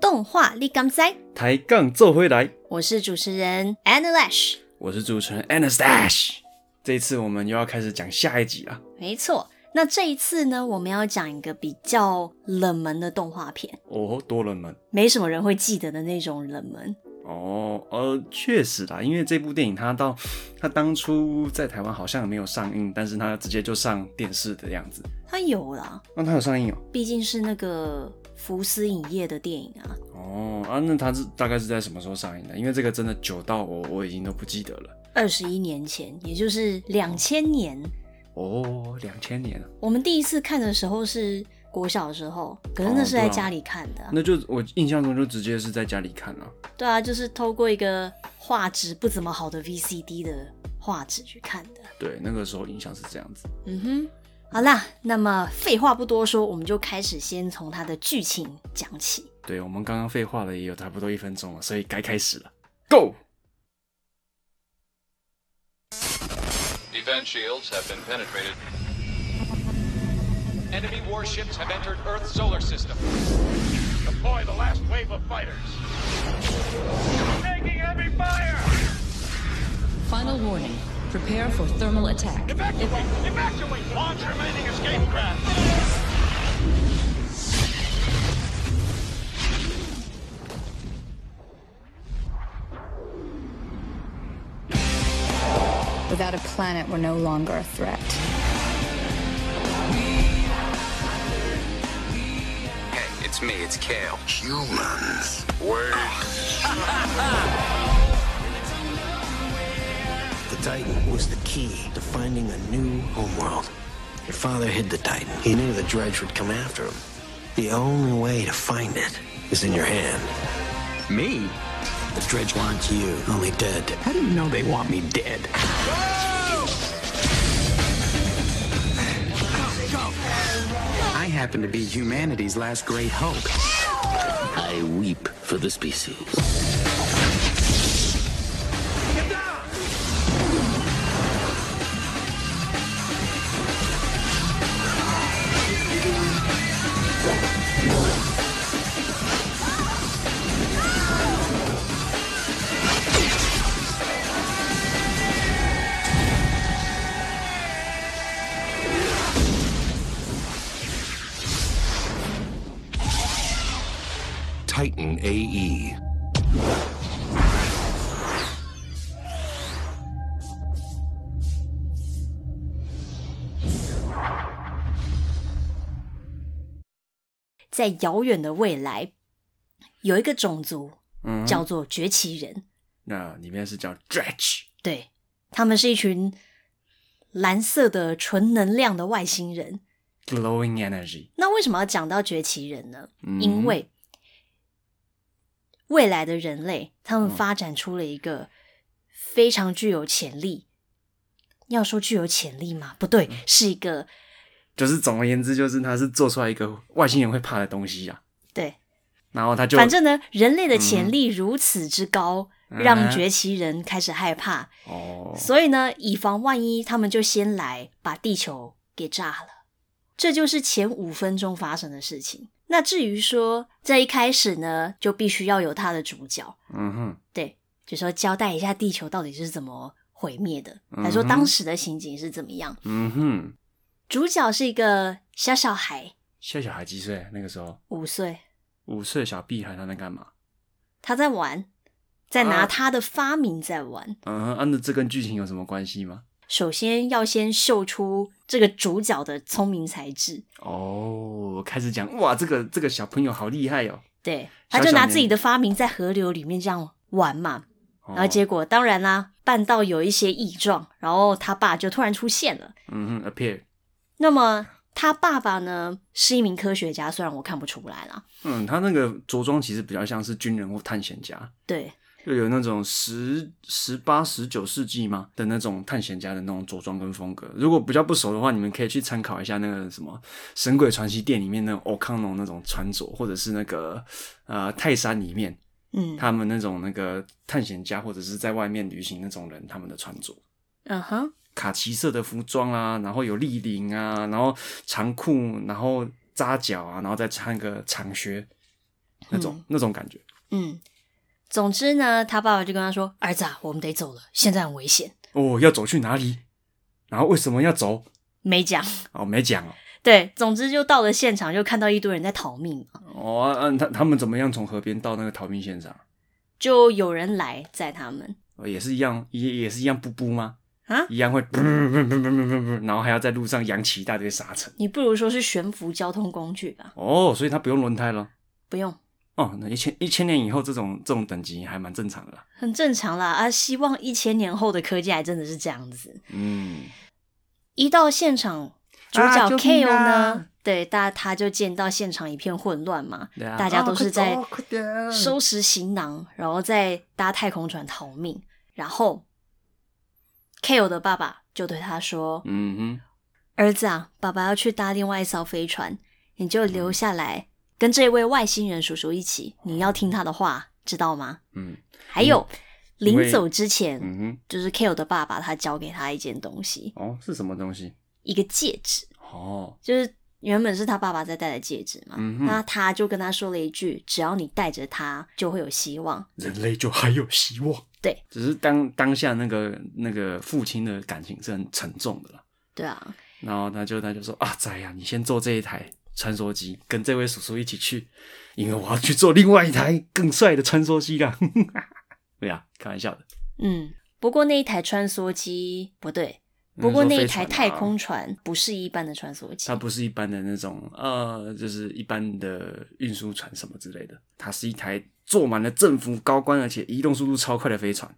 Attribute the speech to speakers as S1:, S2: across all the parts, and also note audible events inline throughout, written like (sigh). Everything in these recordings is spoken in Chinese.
S1: 动画立刚哉，
S2: 抬杠做回来，
S1: 我是主持人 Anna Lash。
S2: 我是主持人 Anastash。这一次我们又要开始讲下一集了。啊
S1: 没错，那这一次呢，我们要讲一个比较冷门的动画片，
S2: 哦，多冷门
S1: 没什么人会记得的那种冷门。
S2: 哦，呃，确实啦，因为这部电影它到它当初在台湾好像没有上映，但是它直接就上电视的样子。
S1: 它有啦，
S2: 那、它有上映哦。
S1: 毕竟是那个福斯影业的电影啊。
S2: 哦啊，那它是大概是在什么时候上映的？因为这个真的久到我我已经都不记得了。
S1: 二十一年前，也就是两千年，
S2: 哦，两千年啊，
S1: 我们第一次看的时候是国小的时候，可是那是
S2: 哦对
S1: 在
S2: 啊
S1: 家里看的啊、
S2: 那就我印象中就直接是在家里看了、
S1: 对啊，就是透过一个画质不怎么好的 VCD 的画质去看的。
S2: 对，那个时候印象是这样子。
S1: 嗯哼，好啦，那么废话不多说，我们就开始先从它的剧情讲起。
S2: 对我们刚刚废话了也有差不多一分钟了，所以该开始了。Go！
S3: Defense shields have been penetrated.
S4: Enemy warships have entered Earth's solar system.
S3: Deploy the last wave of fighters. Taking heavy fire!
S5: Final warning. Prepare for thermal attack.
S3: Evacuate! Evacuate! Launch remaining escape craft!
S6: Without a planet, we're no longer a threat.
S7: Hey, it's me, it's Kale.
S8: Humans. Wait. the Titan was the key to finding a new homeworld. Your father hid the Titan. He knew the Dredge would come after him. The only way to find it is in your hand.
S7: Me?
S8: The Dredge wants you, only dead.
S7: How do you know they want me dead? I happen to be humanity's last great hope.
S8: I weep for the species.
S9: Titan AE.
S1: 在遥远的未来，有一个种族叫做崛起人，
S2: 那里面是叫 Dredge，
S1: 对他们是一群蓝色的纯能量的外星人。
S2: glowing energy。
S1: 那为什么要讲到崛起人呢？
S2: 嗯
S1: 因为未来的人类，他们发展出了一个非常具有潜力。要说具有潜力吗？不对，是一个
S2: 就是总而言之，就是它是做出来一个外星人会怕的东西啊。
S1: 对。
S2: 然后它就
S1: 反正呢，人类的潜力如此之高，让
S2: 嗯
S1: 崛起人开始害怕。
S2: 哦，
S1: 所以呢，以防万一，他们就先来把地球给炸了。这就是前五分钟发生的事情。那至于说在一开始呢，就必须要有它的主角，
S2: 嗯哼，
S1: 对，就说交代一下地球到底是怎么毁灭的，
S2: 嗯
S1: 还说当时的情景是怎么样。
S2: 嗯哼，
S1: 主角是一个小小孩，
S2: 现在小孩几岁？那个时候
S1: 五岁，
S2: 五岁的小屁孩他在干嘛？
S1: 他在玩，在拿
S2: 啊
S1: 他的发明在玩。
S2: 嗯哼，按、照这跟剧情有什么关系吗？
S1: 首先要先秀出这个主角的聪明才智，
S2: 哦，开始讲哇，这个这个小朋友好厉害哦。
S1: 对，
S2: 小
S1: 他就拿
S2: 小
S1: 自己
S2: 年
S1: 的发明在河流里面这样玩嘛，
S2: 哦
S1: 然后结果当然啦，半道有一些异状，然后他爸就突然出现了。
S2: 嗯哼，appear，
S1: 那么他爸爸呢是一名科学家，虽然我看不出来啦，
S2: 嗯，他那个着装其实比较像是军人或探险家，
S1: 对
S2: 就有那种十十八、十九世纪嘛的那种探险家的那种着装跟风格。如果比较不熟的话，你们可以去参考一下那个什么《神鬼传奇》店里面那种欧康农那种穿着，或者是那个呃泰山里面
S1: 嗯
S2: 他们那种那个探险家或者是在外面旅行那种人他们的穿着。
S1: 嗯哼，
S2: 卡其色的服装啊，然后有立领啊，然后长裤，然后扎脚啊，然后再穿个长靴，那种、那种感觉。
S1: 嗯，总之呢，他爸爸就跟他说：“儿子啊，我们得走了，现在很危险。
S2: 哦，要走去哪里？然后为什么要走？”
S1: 没讲， (laughs)
S2: 哦，没讲哦。
S1: 对，总之就到了现场，就看到一堆人在逃命嘛，
S2: 哦，啊啊、他他们怎么样从河边到那个逃命现场？
S1: 就有人来载他们
S2: 哦也是一样，也也是一样，布布吗？
S1: 啊。
S2: 一样会噗噗噗噗噗噗噗，然后还要在路上扬起一大堆沙尘。
S1: 你不如说是悬浮交通工具吧，
S2: 哦，所以它不用轮胎了。
S1: 不用，
S2: 哦，那一千一千年以后，这种这种等级还蛮正常的啦。
S1: 很正常啦啊。希望一千年后的科技还真的是这样子。
S2: 嗯，
S1: 一到现场，主
S2: 啊
S1: 角
S2: 救
S1: K
S2: 命
S1: O 呢，
S2: 啊
S1: 对，大他就见到现场一片混乱嘛，
S2: 对啊
S1: 大家都是在
S2: 哦快走快点
S1: 收拾行囊，然后再搭太空船逃命。然后 K O 的爸爸就对他说：“
S2: 嗯
S1: 儿子啊，爸爸要去搭另外一艘飞船，你就留下来跟这位外星人叔叔一起，你要听他的话，知道吗？”
S2: 哼，嗯
S1: 还有，
S2: 因为
S1: 临走之前，
S2: 嗯哼，
S1: 就是 K O 的爸爸他交给他一件东西，
S2: 哦，是什么东西？
S1: 一个戒指。
S2: 哦，
S1: 就是原本是他爸爸在戴的戒指嘛，
S2: 嗯哼
S1: 那他就跟他说了一句：“只要你戴着它，就会有希望。
S2: 人类就还有希望。
S1: 对，
S2: 只是当当下那个那个父亲的感情是很沉重的啦。”
S1: 对啊，
S2: 然后他就他就说啊，仔呀、你先坐这一台穿梭机，跟这位叔叔一起去，因为我要去坐另外一台更帅的穿梭机 (laughs) 啦。对啊，开玩笑的。
S1: 嗯。不过那一台穿梭机不对，
S2: 嗯
S1: 不过那一台太空
S2: 啊，
S1: 船不是一般的穿梭机
S2: 它，不是一般的那种呃，就是一般的运输船什么之类的，它是一台坐满了政府高官，而且移动速度超快的飞船。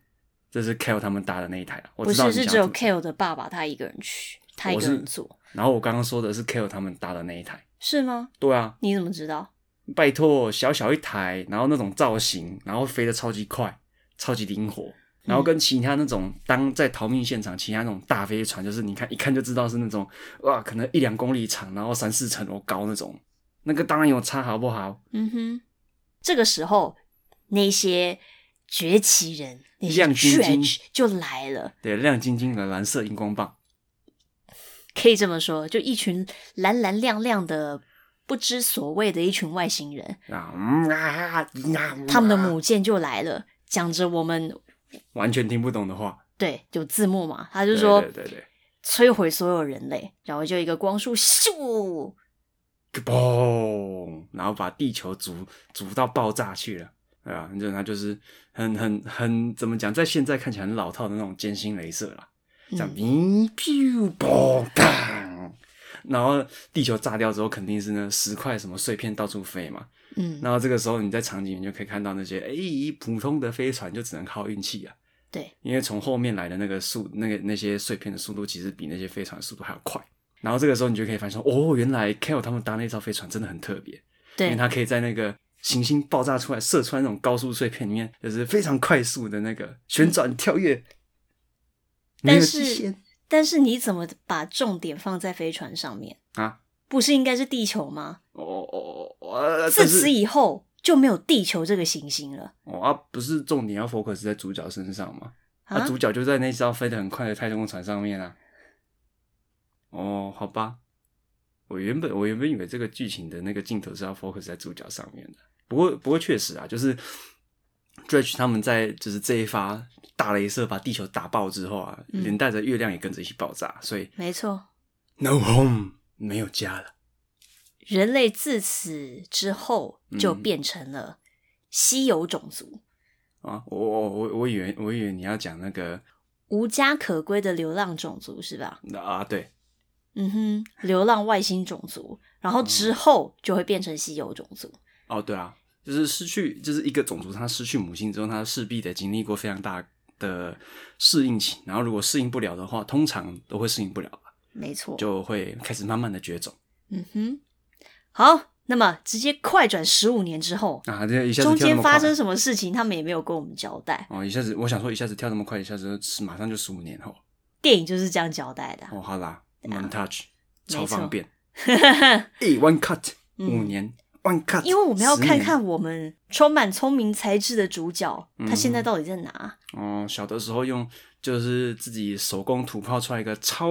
S2: 这是 Kell 他们搭的那一台啊，我
S1: 不
S2: 知
S1: 是
S2: 道你
S1: 是
S2: 想
S1: 只有
S2: 要吐
S1: K
S2: 槽
S1: O 的爸爸他一个人去，他一
S2: 我
S1: 个
S2: 是
S1: 人坐，
S2: 然后我刚刚说的是 Kell 他们搭的那一台，
S1: 是吗？
S2: 对啊，
S1: 你怎么知道？
S2: 拜托，小小一台，然后那种造型，然后飞得超级快，超级灵活，然后
S1: 嗯
S2: 跟其他那种当在逃命现场，其他那种大飞船，就是你看一看就知道是那种哇，可能一两公里长，然后三四层楼高那种，那个当然有差，好不好？
S1: 嗯哼，这个时候那些崛起人，那些
S2: 亮晶晶
S1: Stretch 就来了。
S2: 对，亮晶晶的蓝色荧光棒，
S1: 可以这么说，就一群蓝蓝亮亮的、不知所谓的一群外星人，
S2: 啊，嗯啊，嗯啊
S1: 他们的
S2: 嗯啊
S1: 母舰就来了，讲着我们
S2: 完全听不懂的话，
S1: 对有字幕嘛，他就说
S2: 对对对
S1: 摧毁所有人类，然后就一个光束咻，
S2: 对，嘣，然后把地球煮煮到爆炸去了。对啊，就它就是很很很怎么讲，在现在看起来很老套的那种尖星镭射啦，这样咪 u 嘣当，然后地球炸掉之后，肯定是呢石块什么碎片到处飞嘛。
S1: 嗯，
S2: 然后这个时候你在场景你就可以看到那些，诶，普通的飞船就只能靠运气啊，
S1: 对，
S2: 因为从后面来的那个速那个那些碎片的速度，其实比那些飞船的速度还要快。然后这个时候你就可以发现说，哦，原来 Kell 他们搭那艘飞船真的很特别，因为
S1: 对，
S2: 它可以在那个行星爆炸出来射穿那种高速碎片里面，就是非常快速的那个旋转跳跃。没有
S1: 但
S2: 极
S1: 是
S2: 限
S1: 但是你怎么把重点放在飞船上面？
S2: 啊，
S1: 不是应该是地球吗？
S2: 哦哦哦，呃
S1: 自
S2: 但是
S1: 此以后就没有地球这个行星了
S2: 哦啊，不是重点要 focus 在主角身上吗？那、
S1: 啊！
S2: 主角就在那艘飞得很快的太空船上面啊。哦，好吧，我原本我原本以为这个剧情的那个镜头是要 focus 在主角上面的，不过不过确实啊，就是 Dredge 他们在就是这一发大镭射把地球打爆之后啊，
S1: 嗯
S2: 连带着月亮也跟着一起爆炸，所以
S1: 没错，
S2: No home 没有家了。
S1: 人类自此之后就
S2: 嗯
S1: 变成了稀有种族，
S2: 啊，我我我我以为我以为你要讲那个
S1: 无家可归的流浪种族是吧？
S2: 啊，对，
S1: 嗯哼，流浪外星种族，然后之后就会变成稀有种族。
S2: 哦，对啊，就是失去，就是一个种族，它失去母性之后，它势必得经历过非常大的适应期。然后，如果适应不了的话，通常都会适应不了吧，
S1: 没错，
S2: 就会开始慢慢的绝种
S1: 嗯哼，好，那么直接快转十五年之后，
S2: 啊！这一下子
S1: 中
S2: 跳那
S1: 间
S2: 么快
S1: 发生什么事情，他们也没有跟我们交代，
S2: 哦，一下子我想说，一下子跳那么快，一下子就是马上就十五年后
S1: 电影就是这样交代的啊。
S2: 哦，好啦，montage 超
S1: 没错嗯 (laughs)
S2: 方便，一 one cut 五年 one cut，
S1: 因为我们要
S2: 10
S1: 看
S2: 年
S1: 看我们充满聪明才智的主角，他现在到底在哪？
S2: 哦，小的时候用就是自己手工土炮出来一个超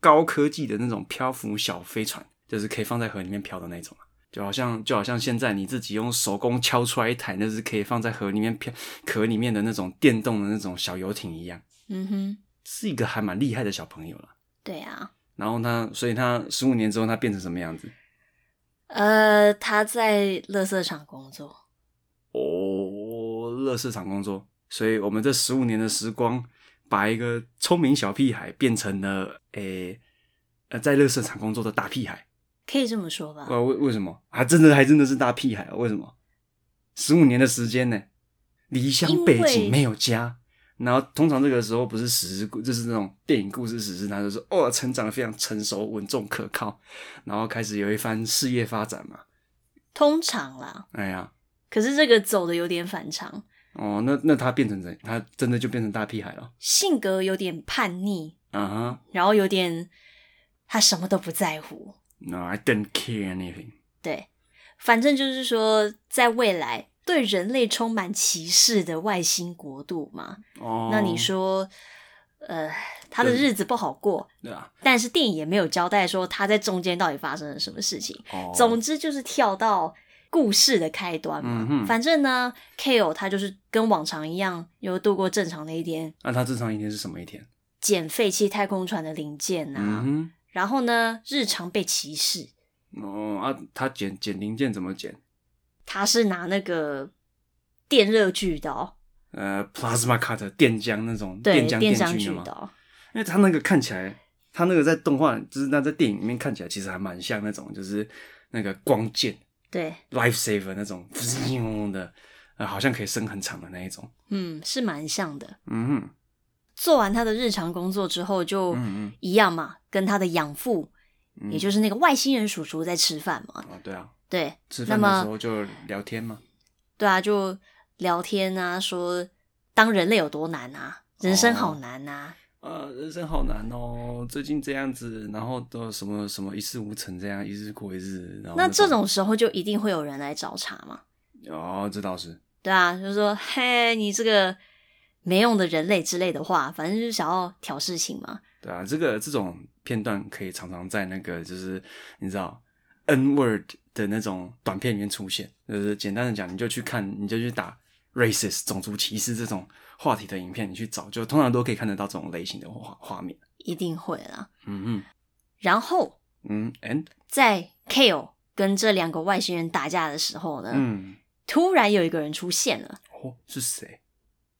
S2: 高科技的那种漂浮小飞船，就是可以放在河里面漂的那种。啊就好像就好像现在你自己用手工敲出来一台，那是可以放在盒里面飘壳里面的那种电动的那种小游艇一样，
S1: 嗯哼，
S2: 是一个还蛮厉害的小朋友了。
S1: 对啊，
S2: 然后他，所以他十五年之后他变成什么样子？
S1: 呃，他在垃圾场工作，
S2: 哦，乐市场工作。所以我们这十五年的时光，把一个聪明小屁孩变成了诶呃在乐市场工作的大屁孩。
S1: 可以这么说吧？
S2: 哇，为为什么啊？真的还真的是大屁孩啊？为什么？十五年的时间呢，离乡背
S1: 因为
S2: 井没有家。然后通常这个时候不是史诗故，就是那种电影故事史诗，他就说哦，成长得非常成熟、稳重、可靠，然后开始有一番事业发展嘛。
S1: 通常啦，
S2: 哎呀，
S1: 可是这个走的有点反常，
S2: 哦，那那他变成怎？他真的就变成大屁孩了？
S1: 性格有点叛逆，
S2: 啊哈、
S1: 然后有点他什么都不在乎，
S2: n o I don't care anything。
S1: 对，反正就是说，在未来对人类充满歧视的外星国度嘛，
S2: 哦，
S1: 那你说，呃，他的
S2: 对
S1: 日子不好过，
S2: 对啊？
S1: 但是电影也没有交代说他在中间到底发生了什么事情。
S2: 哦，
S1: 总之就是跳到故事的开端嘛
S2: 嗯。哼
S1: 反正呢，Kale 他就是跟往常一样，又度过正常的一天，
S2: 那他正常一天是什么一天？
S1: 捡废弃太空船的零件啊，
S2: 嗯
S1: 然后呢，日常被歧视。
S2: 哼，哦啊，他剪剪零件怎么剪？
S1: 他是拿那个电热锯刀，
S2: 呃，plasma cut 电浆那种
S1: 对，
S2: 浆
S1: 电
S2: 锯
S1: 锯
S2: 的吗？
S1: 刀，
S2: 因为他那个看起来，他那个在动画，就是那在电影里面看起来，其实还蛮像那种就是那个光剑
S1: 对，
S2: lifesaver 那种的，呃，好像可以伸很长的那一种。
S1: 嗯，是蛮像的。
S2: 嗯哼，
S1: 做完他的日常工作之后，就
S2: 嗯嗯嗯
S1: 一样嘛，跟他的养父，也就是那个外星人叔叔在吃饭嘛。
S2: 哦，对啊，
S1: 对，
S2: 吃
S1: 那
S2: 饭的时
S1: 么
S2: 候就聊天嘛。
S1: 对啊，就聊天啊，说当人类有多难啊，人生
S2: 哦
S1: 好难啊。
S2: 呃，人生好难哦，最近这样子，然后都什么什么一事无成，这样一日过一日，然后
S1: 那这
S2: 种
S1: 种时候就一定会有人来找茬嘛。
S2: 哦，这倒是，
S1: 对啊，就说嘿，你这个没用的人类之类的话，反正就是想要挑事情嘛。
S2: 对啊，这个这种片段可以常常在那个就是你知道 N word 的那种短片里面出现，就是简单的讲，你就去看，你就去打 racist 种族歧视这种话题的影片，你去找，就通常都可以看得到这种类型的画画面。
S1: 一定会啦。
S2: 嗯
S1: 然后
S2: 嗯嗯，and
S1: 在 Kale 跟这两个外星人打架的时候呢，
S2: 嗯，
S1: 突然有一个人出现了，
S2: 哦是谁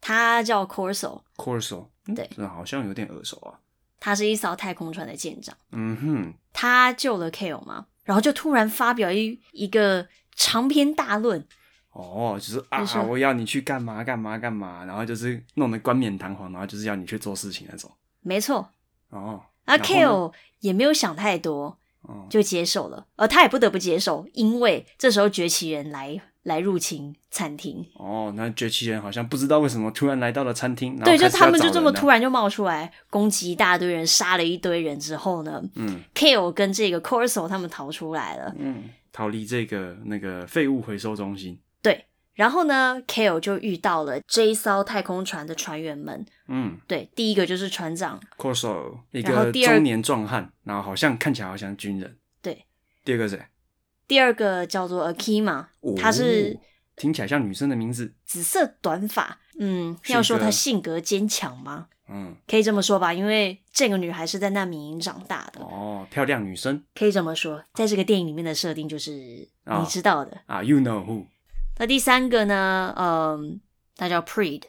S1: 他叫 Corso，
S2: ？Corso，
S1: 对
S2: 这好像有点耳熟啊。
S1: 他是一艘太空船的舰长，
S2: 嗯哼。
S1: 他救了 Kale 嘛，然后就突然发表一一个长篇大论，
S2: 哦，就是啊
S1: 你说，
S2: 我要你去干嘛干嘛干嘛，然后就是弄得冠冕堂皇，然后就是要你去做事情那种。
S1: 没错，
S2: 哦，
S1: 而
S2: 然后呢
S1: Kale 也没有想太多，
S2: 哦
S1: 就接受了，而他也不得不接受，因为这时候崛起人来来入侵餐厅，
S2: 哦，那崛起人好像不知道为什么突然来到了餐厅，然后
S1: 对，就
S2: 开始
S1: 他
S2: 要
S1: 们就
S2: 找
S1: 这么
S2: 人啊
S1: 突。然就冒出来攻击一大堆人，杀了一堆人之后呢，
S2: 嗯
S1: Kale 跟这个 Corso 他们逃出来了，
S2: 嗯，逃离这个那个废物回收中心。
S1: 对，然后呢，Kale 就遇到了这一艘太空船的船员们，
S2: 嗯
S1: 对，第一个就是船长，
S2: ，Corso 一
S1: 然后
S2: 个
S1: 第二
S2: 中年壮汉，然后好像看起来好像军人。
S1: 对，
S2: 第二个谁？
S1: 第二个叫做 Akima，
S2: 哦
S1: 他是
S2: 听起来像女生的名字。
S1: 紫色短发，嗯，
S2: 是一个
S1: 要说她性格坚强吗？
S2: 嗯，
S1: 可以这么说吧，因为这个女孩是在难民营长大的，
S2: 哦，漂亮女生
S1: 可以这么说，在这个电影里面的设定就是
S2: 啊
S1: 你知道的。
S2: 啊，You know who?
S1: 那第三个呢，嗯，她叫 Preed，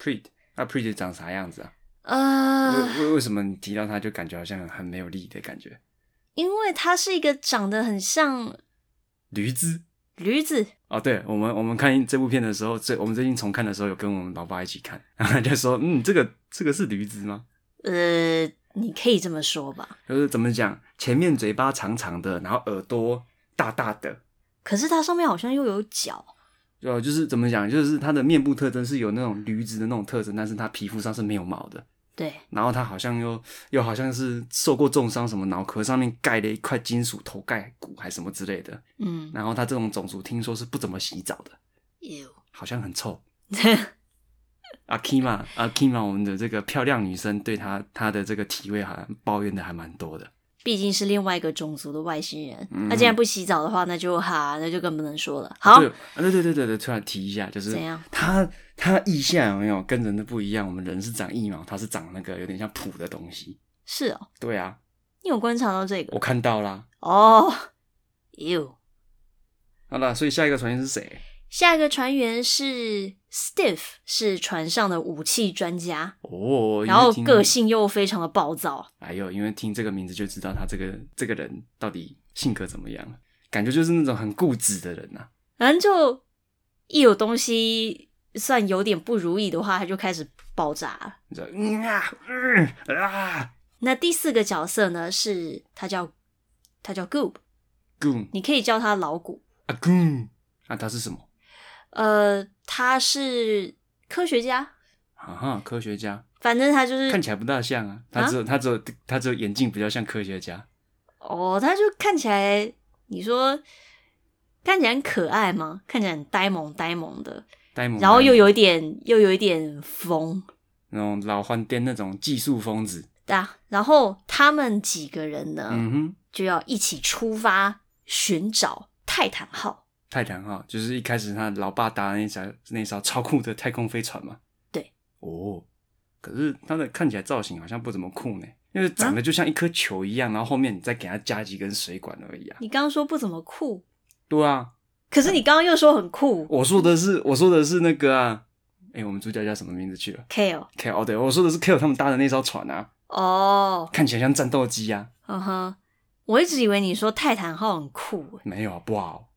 S2: Preet，那 Preet 长啥样子啊？
S1: 呃，
S2: 为为为什么你提到他就感觉好像很没有力的感觉？
S1: 因为她是一个长得很像
S2: 驴子
S1: 驴子，
S2: 哦，对我们我们看这部片的时候，最我们最近重看的时候有跟我们老爸一起看， (laughs) 然后他就说嗯，这个这个是驴子吗？
S1: 呃，你可以这么说吧。
S2: 就是怎么讲，前面嘴巴长长的，然后耳朵大大的，
S1: 可是它上面好像又有角，
S2: 呃，就是怎么讲，就是它的面部特征是有那种驴子的那种特征，但是它皮肤上是没有毛的，
S1: 对，
S2: 然后它好像又又好像是受过重伤，什么脑壳上面盖了一块金属头盖骨还什么之类的，
S1: 嗯
S2: 然后它这种种族听说是不怎么洗澡的。
S1: ，ew
S2: 好像
S1: (laughs)
S2: 很臭。阿 Kima，阿 Kima，我们的这个漂亮女生对她她的这个体味好像抱怨的还蛮多的。
S1: 毕竟是另外一个种族的外星人。
S2: 嗯
S1: 那、既然不洗澡的话，那就哈，那就更不能说了。好
S2: 对，啊对对对对对，突然提一下，就是
S1: 哦怎样
S2: 它它腋下有没有跟人的不一样？我们人是长腋毛，它是长那个有点像蹼的东西。
S1: 是哦，
S2: 对啊，
S1: 你有观察到这个
S2: 我看到啦。
S1: 哦？You，
S2: 好了，所以下一个传言是谁？
S1: 下一个船员是 Stiff，是船上的武器专家，
S2: 哦，因为
S1: 然后
S2: 听
S1: 个，性又非常的暴躁。
S2: 哎呦，因为听这个名字就知道他这个这个人到底性格怎么样，感觉就是那种很固执的人呐、啊。
S1: 反正就一有东西算有点不如意的话，他就开始爆炸了。
S2: 你知道，嗯啊，嗯啊
S1: 那第四个角色呢，是他叫他叫 Goob，
S2: ，goon
S1: 你可以叫他老谷。
S2: 啊 goon，啊，他是什么？
S1: 呃，他是科学家，
S2: 啊哈，科学家，
S1: 反正他就是
S2: 看起来不大像啊，他
S1: 嗯啊
S2: 只有、他只有他只有眼镜比较像科学家。
S1: 哦，他就看起来，你说看起来很可爱吗？看起来很呆萌呆萌的，
S2: 呆萌，
S1: 然后又
S2: 呆萌
S1: 有一点又有一点疯，
S2: 那种老欢颠那种技术疯子，
S1: 对啊。然后他们几个人呢，
S2: 嗯哼，
S1: 就要一起出发寻找泰坦号。
S2: 泰坦号就是一开始他老爸搭的那艘那艘超酷的太空飞船嘛，
S1: 对，
S2: 哦，可是他的看起来造型好像不怎么酷呢，因为
S1: 啊
S2: 长得就像一颗球一样，然后后面你再给它加几根水管而已啊，
S1: 你刚刚说不怎么酷，
S2: 对啊，
S1: 可是你刚刚又说很酷。
S2: 我说的是我说的是那个啊，哎，我们主角叫什么名字去了
S1: Kale，
S2: ？K 哦，对，我说的是 K 他们搭的那艘船啊，
S1: 哦，
S2: 看起来像战斗机啊，
S1: 嗯哼，我一直以为你说泰坦号很酷，
S2: 没有啊，不好。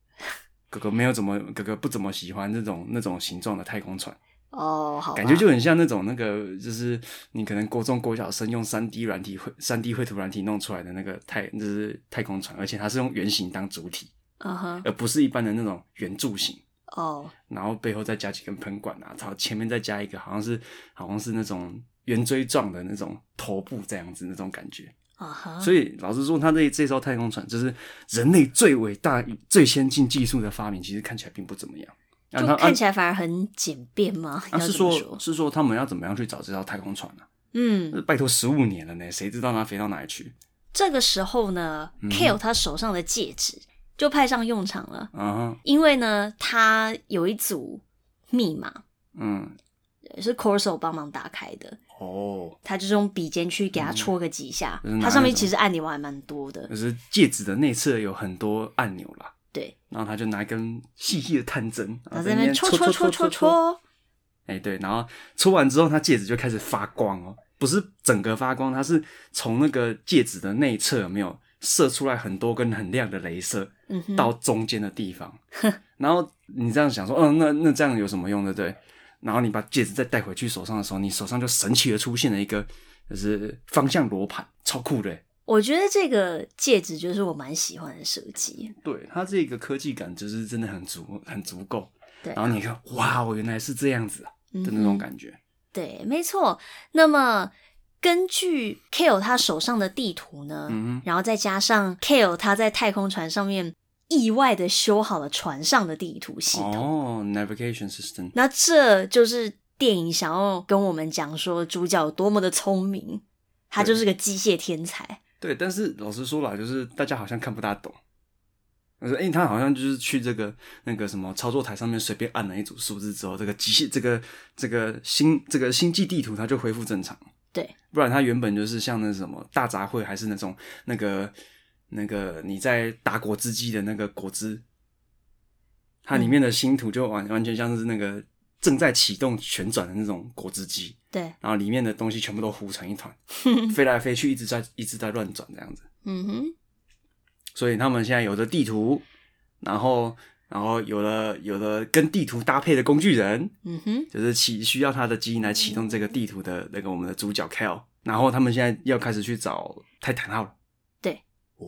S2: 哥哥没有怎么，哥哥不怎么喜欢那种那种形状的太空船，
S1: 哦，好吧，
S2: 感觉就很像那种那个，就是你可能国中、国小生用三 D 软体绘、三 D 绘图软体弄出来的那个太，就是太空船，而且它是用圆形当主体，
S1: 嗯哼，
S2: 而不是一般的那种圆柱形，
S1: 哦，
S2: 然后背后再加几根喷管啊，然后前面再加一个好像是好像是那种圆锥状的那种头部这样子那种感觉。
S1: 嗯哼，
S2: 所以老实说，他这这艘太空船就是人类最伟大、最先进技术的发明，其实看起来并不怎么样。啊
S1: 就看起
S2: 来、
S1: 来反而很简便吗？
S2: 啊
S1: 要
S2: 是
S1: 这么
S2: 说，是说他们要怎么样去找这艘太空船呢、
S1: 嗯，
S2: 拜托，十五年了呢，谁知道它飞到哪里去？
S1: 这个时候呢
S2: 嗯
S1: ，Kale 他手上的戒指就派上用场了，
S2: 啊哈，
S1: 因为呢，他有一组密码
S2: 嗯，
S1: 是 Corso 帮忙打开的，
S2: 哦，
S1: 他就是用笔尖去给它戳个几下，
S2: 嗯就是拿
S1: 它上
S2: 那
S1: 面
S2: 种
S1: 其实按钮还蛮多的
S2: 就，是戒指的内侧有很多按钮啦，
S1: 对，
S2: 然后他就拿一根细细的探针，
S1: 然后
S2: 在
S1: 在那边戳
S2: 戳
S1: 戳
S2: 戳
S1: 戳戳
S2: 戳，
S1: 戳，
S2: 哎、对，然后戳完之后，它戒指就开始发光哦，不是整个发光，它是从那个戒指的内侧有没有射出来很多根很亮的镭射，
S1: 嗯哼，
S2: 到中间的地方。然后你这样想说，嗯、那那这样有什么用，对不对？然后你把戒指再带回去手上的时候，你手上就神奇的出现了一个就是方向罗盘，超酷的欸。
S1: 我觉得这个戒指就是我蛮喜欢的设计，
S2: 对，它这个科技感就是真的很足，很足够。
S1: 对啊
S2: 然后你看，哇，哦我原来是这样子啊
S1: 嗯
S2: 的
S1: 哼
S2: 那种感觉。
S1: 对，没错。那么根据 Kale 他手上的地图呢，
S2: 嗯哼
S1: 然后再加上 Kale 他在太空船上面意外的修好了船上的地图系统，
S2: 哦，navigation system，
S1: 那这就是电影想要跟我们讲说主角有多么的聪明，他
S2: 对
S1: 就是个机械天才。
S2: 对，但是老实说啦，就是大家好像看不大懂。我说，哎、他好像就是去这个那个什么操作台上面随便按了一组数字之后，这个机械这个这个星这个星际地图它就恢复正常。
S1: 对，
S2: 不然它原本就是像那什么大杂烩，还是那种那个那个你在打果汁机的那个果汁，它里面的星图就完完全像是那个正在启动旋转的那种果汁机，
S1: 对，
S2: 然后里面的东西全部都糊成一
S1: (laughs)
S2: 团，飞来飞去，一直在一直在乱转这样子。
S1: 嗯哼，
S2: 所以他们现在有了地图，然后然后有了有了跟地图搭配的工具人，
S1: 嗯哼，
S2: 就是启需要他的基因来启动这个地图的那个我们的主角 Kel，然后他们现在要开始去找泰坦号了。
S1: 对。
S2: 哦，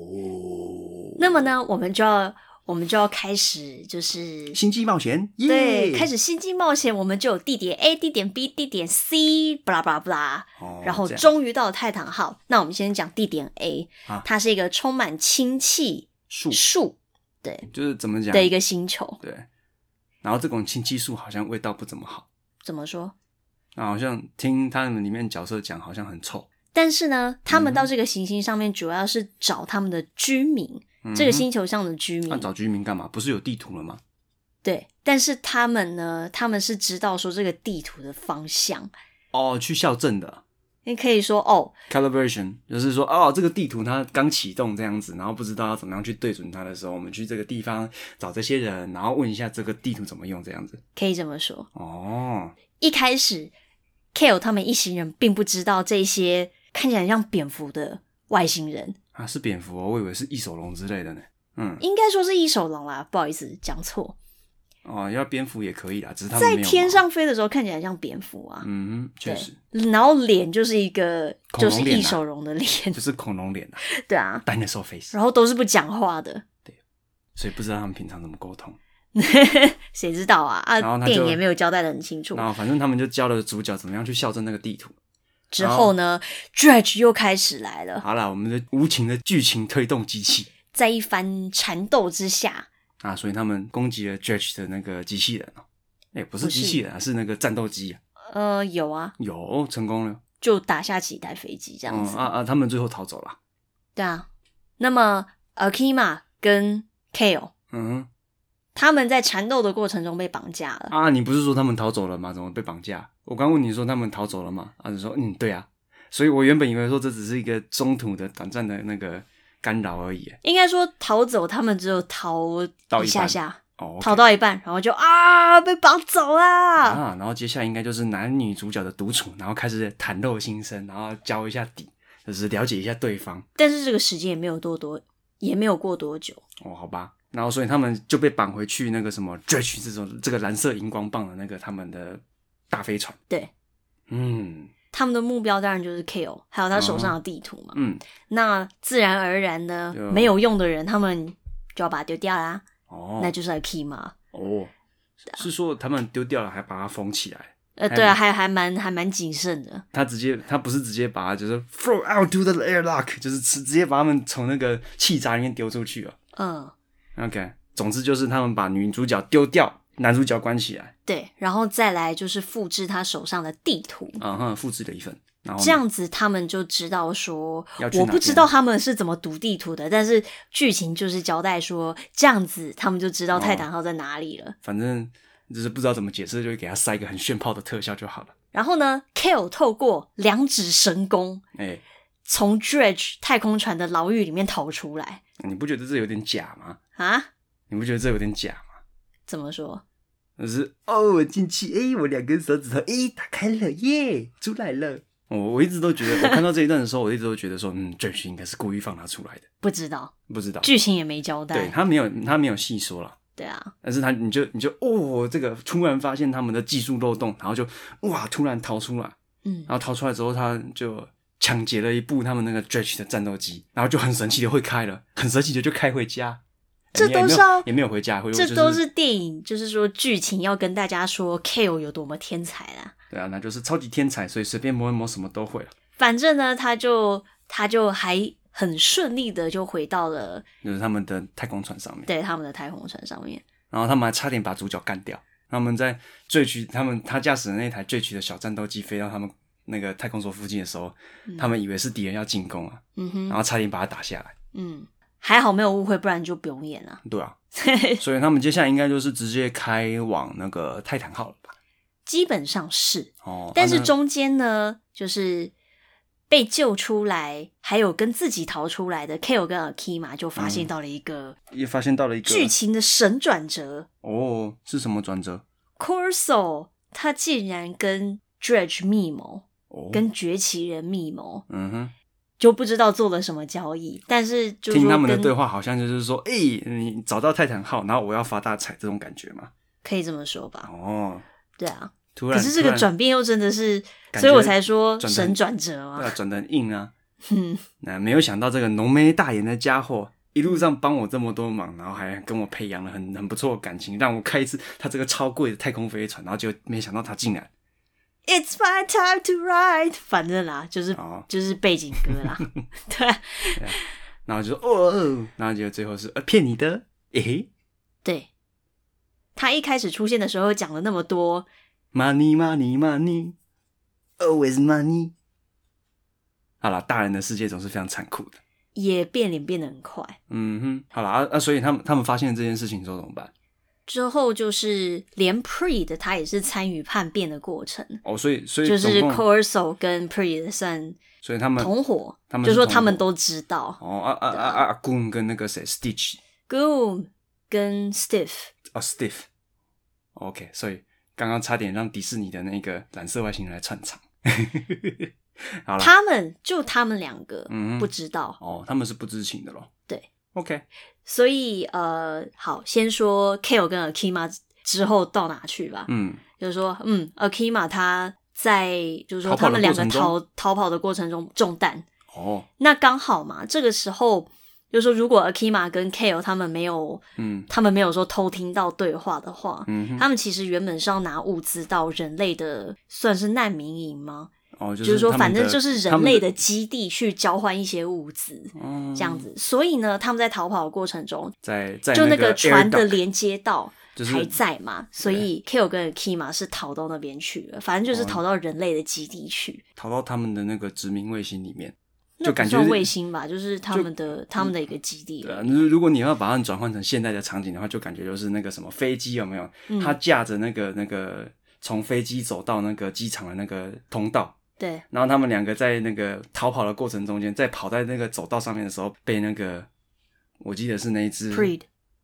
S1: 那么呢，我们就要我们就要开始就是
S2: 星际冒险，耶
S1: 对，开始星际冒险，我们就有地点 A、地点 B、地点 C，布拉布拉布拉，
S2: 哦
S1: 然后
S2: 这样
S1: 终于到了泰坦号。那我们先讲地点 A，、
S2: 啊
S1: 它是一个充满氢气
S2: 树
S1: 树对
S2: 就是怎么讲
S1: 的一个星球，
S2: 对，然后这种氢气树好像味道不怎么好，
S1: 怎么说？
S2: 啊，好像听他们里面角色讲好像很臭，
S1: 但是呢，他们到这个行星上面主要是找他们的居民，
S2: 嗯
S1: 这个星球上的居民
S2: 那、。找居民干嘛？不是有地图了吗？
S1: 对，但是他们呢，他们是知道说这个地图的方向。
S2: 哦，去校正的
S1: 你可以说哦，
S2: calibration，就是说哦，这个地图它刚启动这样子，然后不知道要怎么样去对准它的时候，我们去这个地方找这些人，然后问一下这个地图怎么用这样子。
S1: 可以这么说。
S2: 哦，
S1: 一开始，Kale 他们一行人并不知道这些看起来像蝙蝠的外星人，
S2: 啊是蝙蝠哦，我以为是异手龙之类的呢。嗯，
S1: 应该说是一手狼啦，不好意思讲错。
S2: 哦，要蝙蝠也可以啦，只是他们
S1: 在
S2: 没有
S1: 天
S2: 毛，
S1: 上飞的时候看起来像蝙蝠啊，
S2: 嗯，确实
S1: 对，然后脸就是一个
S2: 恐
S1: 就
S2: 龙
S1: 是
S2: 脸啊
S1: 一手龙
S2: (laughs)
S1: 的脸，
S2: 就是恐龙脸啊
S1: 对啊，
S2: ，dinosaur face，
S1: 然后都是不讲话的，
S2: 所以不知道他们平常怎么沟通。
S1: 谁知道啊？
S2: 然后
S1: 啊，
S2: 他就
S1: 电影也没有交代的很清楚
S2: 然。后反正他们就教了主角怎么样去校正那个地图。
S1: 之后呢，Dredge 又开始来了，
S2: 好啦，我们的无情的剧情推动机器
S1: 在一番缠斗之下，
S2: 啊，所以他们攻击了 Dredge 的那个机器人哦、哎、不是
S1: 不是
S2: 机器人啊，是那个战斗机、啊，
S1: 呃，有啊，
S2: 有成功了。
S1: 就打下几台飞机这样
S2: 嗯
S1: 子。
S2: 啊啊，他们最后逃走了。
S1: 对啊，那么 Akima 跟 Kale
S2: 嗯
S1: 他们在缠斗的过程中被绑架了。
S2: 啊，你不是说他们逃走了吗？怎么被绑架？我刚问你说他们逃走了吗？啊，你说嗯，对啊。所以我原本以为说这只是一个中途的短暂的那个干扰而已。哎
S1: 应该说逃走，他们只有逃
S2: 到一半
S1: 下下，
S2: 哦，
S1: 逃到一半，然后就啊被绑走啦。
S2: 啊，然后接下来应该就是男女主角的独处，然后开始袒露心声，然后交一下底，就是了解一下对方。
S1: 但是这个时间也没有多多，也没有过多久。
S2: 哦，好吧，然后所以他们就被绑回去那个什么 Dredge 这种这个蓝色荧光棒的那个他们的大飞船。
S1: 对，
S2: 嗯
S1: 他们的目标当然就是 Kale，还有他手上的地图嘛。
S2: 嗯，
S1: 那自然而然呢
S2: 就，
S1: 没有用的人，他们就要把它丢掉啦。
S2: 哦，
S1: 那就是 Akima。
S2: 哦，是说他们丢掉了，还把它封起来。
S1: 呃，对啊，还还蛮还蛮谨慎的。
S2: 他直接，他不是直接把它就是 throw out to the airlock，就是直直接把他们从那个气闸里面丢出去了。哦
S1: 嗯，
S2: OK，总之就是他们把女主角丢掉，男主角关起来。
S1: 对，然后再来就是复制他手上的地图，
S2: 啊哈，复制了一份，然后呢
S1: 这样子他们就知道说
S2: 哦要，去哪
S1: 我
S2: 边
S1: 不知道他们是怎么读地图的，但是剧情就是交代说，这样子他们就
S2: 哦
S1: 知道泰坦号在哪里了。
S2: 反正就是不知道怎么解释，就会给他塞一个很炫炮的特效就好了。
S1: 然后呢，Kale 透过两指神功，
S2: 哎、
S1: 从 Dredge 太空船的牢狱里面逃出来
S2: 你不觉得这有点假吗？
S1: 啊？
S2: 你不觉得这有点假吗？
S1: 怎么说？
S2: 就是哦，我进去，哎、我两根手指头，哎、打开了，耶，出来了。我我一直都觉得，我看到这一段的时候，我一直都觉得说，嗯，卷须应该是故意放他出来的，
S1: 不知道，
S2: 不知道，
S1: 剧情也没交
S2: 对
S1: 代。
S2: 他没有他没有细说了。
S1: 对啊，
S2: 但是他你就你就哦，这个突然发现他们的技术漏洞，然后就哇，突然逃出来，
S1: 嗯
S2: 然，后逃出来之后，他就抢劫了一部他们那个 Dredge 的战斗机，然后就很神奇的会开了，很神奇的就开回家。
S1: 这
S2: 也没有
S1: 都是要
S2: 也没有回家，回
S1: 这都
S2: 就是
S1: 电影，就是说剧情要跟大家说 Kale 有多么天才啦。
S2: 对啊，那就是超级天才，所以随便摸一摸什么都会了，啊
S1: 反正呢，他就他就还很顺利的就回到了
S2: 就是他们的太空船上面。
S1: 对他们的太空船上面。
S2: 然后他们还差点把主角干掉。他们在坠取他们他驾驶的那台坠取的小战斗机飞到他们那个太空所附近的时候，他们以为是敌人要进攻啊，
S1: 嗯哼，
S2: 然后差点把他打下来。
S1: 嗯，还好没有误会，不然就不用演了。 (laughs)
S2: 对啊，所以他们接下来应该就是直接开往那个泰坦号了吧？
S1: 基本上是，
S2: 哦，
S1: 但
S2: 啊
S1: 是
S2: 那
S1: 中间呢，就是被救出来，还有跟自己逃出来的 Kale 跟 Akima 就发
S2: 嗯
S1: 现到了一个
S2: 也发现到了一个
S1: 剧情的神转折
S2: 哦，是什么转折？
S1: ，Corso 他竟然跟 Dredge 密谋，
S2: 哦，
S1: 跟崛起人密谋。
S2: 嗯哼，
S1: 就不知道做了什么交易，但是就是
S2: 听
S1: 说
S2: 他们的
S1: 跟
S2: 对话好像就是说，哎、你找到泰坦号，然后我要发大财这种感觉嘛。
S1: 可以这么说吧，
S2: 哦，
S1: 对啊。
S2: 突然
S1: 可是这个
S2: 突然
S1: 转变又真的是，
S2: 感觉
S1: 所以我才说
S2: 转得
S1: 神
S2: 很
S1: 转折嘛
S2: 对。啊，转的硬
S1: (laughs)
S2: 啊。
S1: 嗯，
S2: 那没有想到这个浓眉大眼的家伙。一路上帮我这么多忙，然后还跟我培养了很很不错的感情，让我开一次他这个超贵的太空飞船，然后就没想到他竟然
S1: It's my time to ride，反正啦，就是、
S2: 哦
S1: 就是背景歌
S2: (laughs)
S1: 啦。对啊
S2: 然后就说哦哦，然后结果最后是呃骗你的，诶、
S1: 对，他一开始出现的时候讲了那么多，
S2: money money money always money，好啦，大人的世界总是非常残酷的。
S1: 也变脸变得很快。
S2: 嗯哼，好啦，啊啊，所以他们他们发现这件事情之后怎么办？
S1: 之后就是连 Pre 的他也是参与叛变的过程，
S2: 哦，所以所以
S1: 就是
S2: 总
S1: c o
S2: 共，
S1: r s o 跟 Pre 算
S2: 所以他们
S1: 同伙，
S2: 他们
S1: 就是说
S2: 同
S1: 他们
S2: 伙
S1: 都知道。
S2: 哦啊啊啊啊啊，Goon 跟那个谁 Stitch
S1: Goom 跟 Stiff
S2: 啊 Stiff。OK，所以刚刚差点让迪士尼的那个蓝色外星人来串场。 (laughs) 好了，
S1: 他们就他们两个
S2: 嗯
S1: 不知道，
S2: 哦，他们是不知情的咯。
S1: 对
S2: ，OK，
S1: 所以呃，好，先说 Kale 跟 Akima 之后到哪去吧。
S2: 嗯
S1: 就是说，嗯，Akima 他在就是说
S2: 逃跑
S1: 他
S2: 的
S1: 们两个
S2: 过程
S1: 逃逃跑的过程中中弹，
S2: 哦
S1: 那刚好嘛，这个时候就是说，如果 Akima 跟 Kale 他们没有
S2: 嗯
S1: 他们没有说偷听到对话的话，
S2: 嗯哼
S1: 他们其实原本是要拿物资到人类的算是难民营吗？
S2: 哦，就
S1: 就是说，
S2: 他们
S1: 反正
S2: 的
S1: 就是
S2: 他
S1: 人
S2: 们
S1: 类的基地去交换一些物资。
S2: 嗯
S1: 这样子，所以呢，他们在逃跑的过程中，
S2: 在在
S1: 就
S2: 那
S1: 个船的
S2: air duct
S1: 连接道
S2: 就是
S1: 还在嘛，所以 Kill 跟 Kima 是逃到那边去了，反正
S2: 哦
S1: 就是逃到人类的基地去，
S2: 逃到他们的那个殖民卫星里面，
S1: 那
S2: 就
S1: 不
S2: 感觉
S1: 算
S2: 是
S1: 卫星吧，就是他们的他们的一个基地
S2: 对啊，
S1: 了。
S2: 如如果你要把它转换成现代的场景的话，就感觉就是那个什么飞机有没有？
S1: 嗯
S2: 它架着那个那个从飞机走到那个机场的那个通道，
S1: 对，
S2: 然后他们两个在那个逃跑的过程中间，在跑在那个走道上面的时候，被那个我记得是那一只
S1: Creed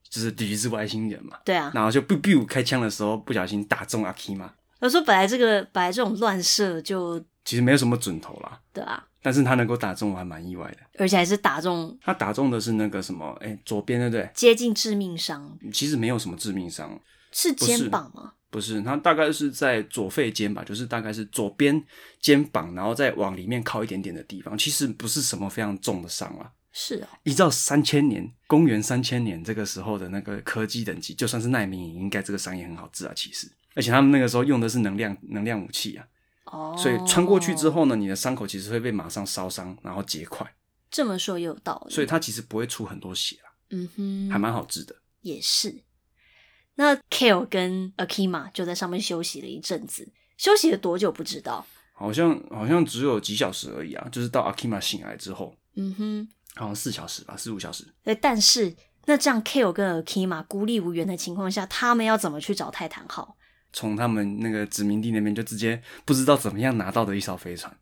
S2: 就是第一只外星人嘛，
S1: 对啊，
S2: 然后就 biu biu 开枪的时候不小心打中阿 k 嘛，
S1: 我说本来这个本来这种乱射就
S2: 其实没有什么准头啦，
S1: 对啊，
S2: 但是他能够打中我还蛮意外的。
S1: 而且还是打中
S2: 他打中的是那个什么，哎、左边对不对？
S1: 接近致命伤，
S2: 其实没有什么致命伤，
S1: 是
S2: 不是
S1: 肩膀吗？
S2: 不是，它大概是在左肺间吧，就是大概是左边肩膀，然后再往里面靠一点点的地方，其实不是什么非常重的伤啦。
S1: 是哦，
S2: 依照三千年，公元三千年这个时候的那个科技等级，就算是难民，应该这个伤也很好治啊。其实，而且他们那个时候用的是能量能量武器啊，
S1: 哦，
S2: 所以穿过去之后呢，你的伤口其实会被马上烧伤，然后结块，
S1: 这么说也有道理，
S2: 所以它其实不会出很多血啊，
S1: 嗯哼，
S2: 还蛮好治的。
S1: 也是。那 Kale 跟 Akima 就在上面休息了一阵子，休息了多久不知道。
S2: 好像好像只有几小时而已啊，就是到阿 k 玛醒来之后，
S1: 嗯哼，
S2: 好像四小时吧，四五小时。
S1: 呃，但是那这样 Kale 跟 Akima 孤立无援的情况下，他们要怎么去找泰坦号？
S2: 从他们那个殖民地那边就直接不知道怎么样拿到的一艘飞船。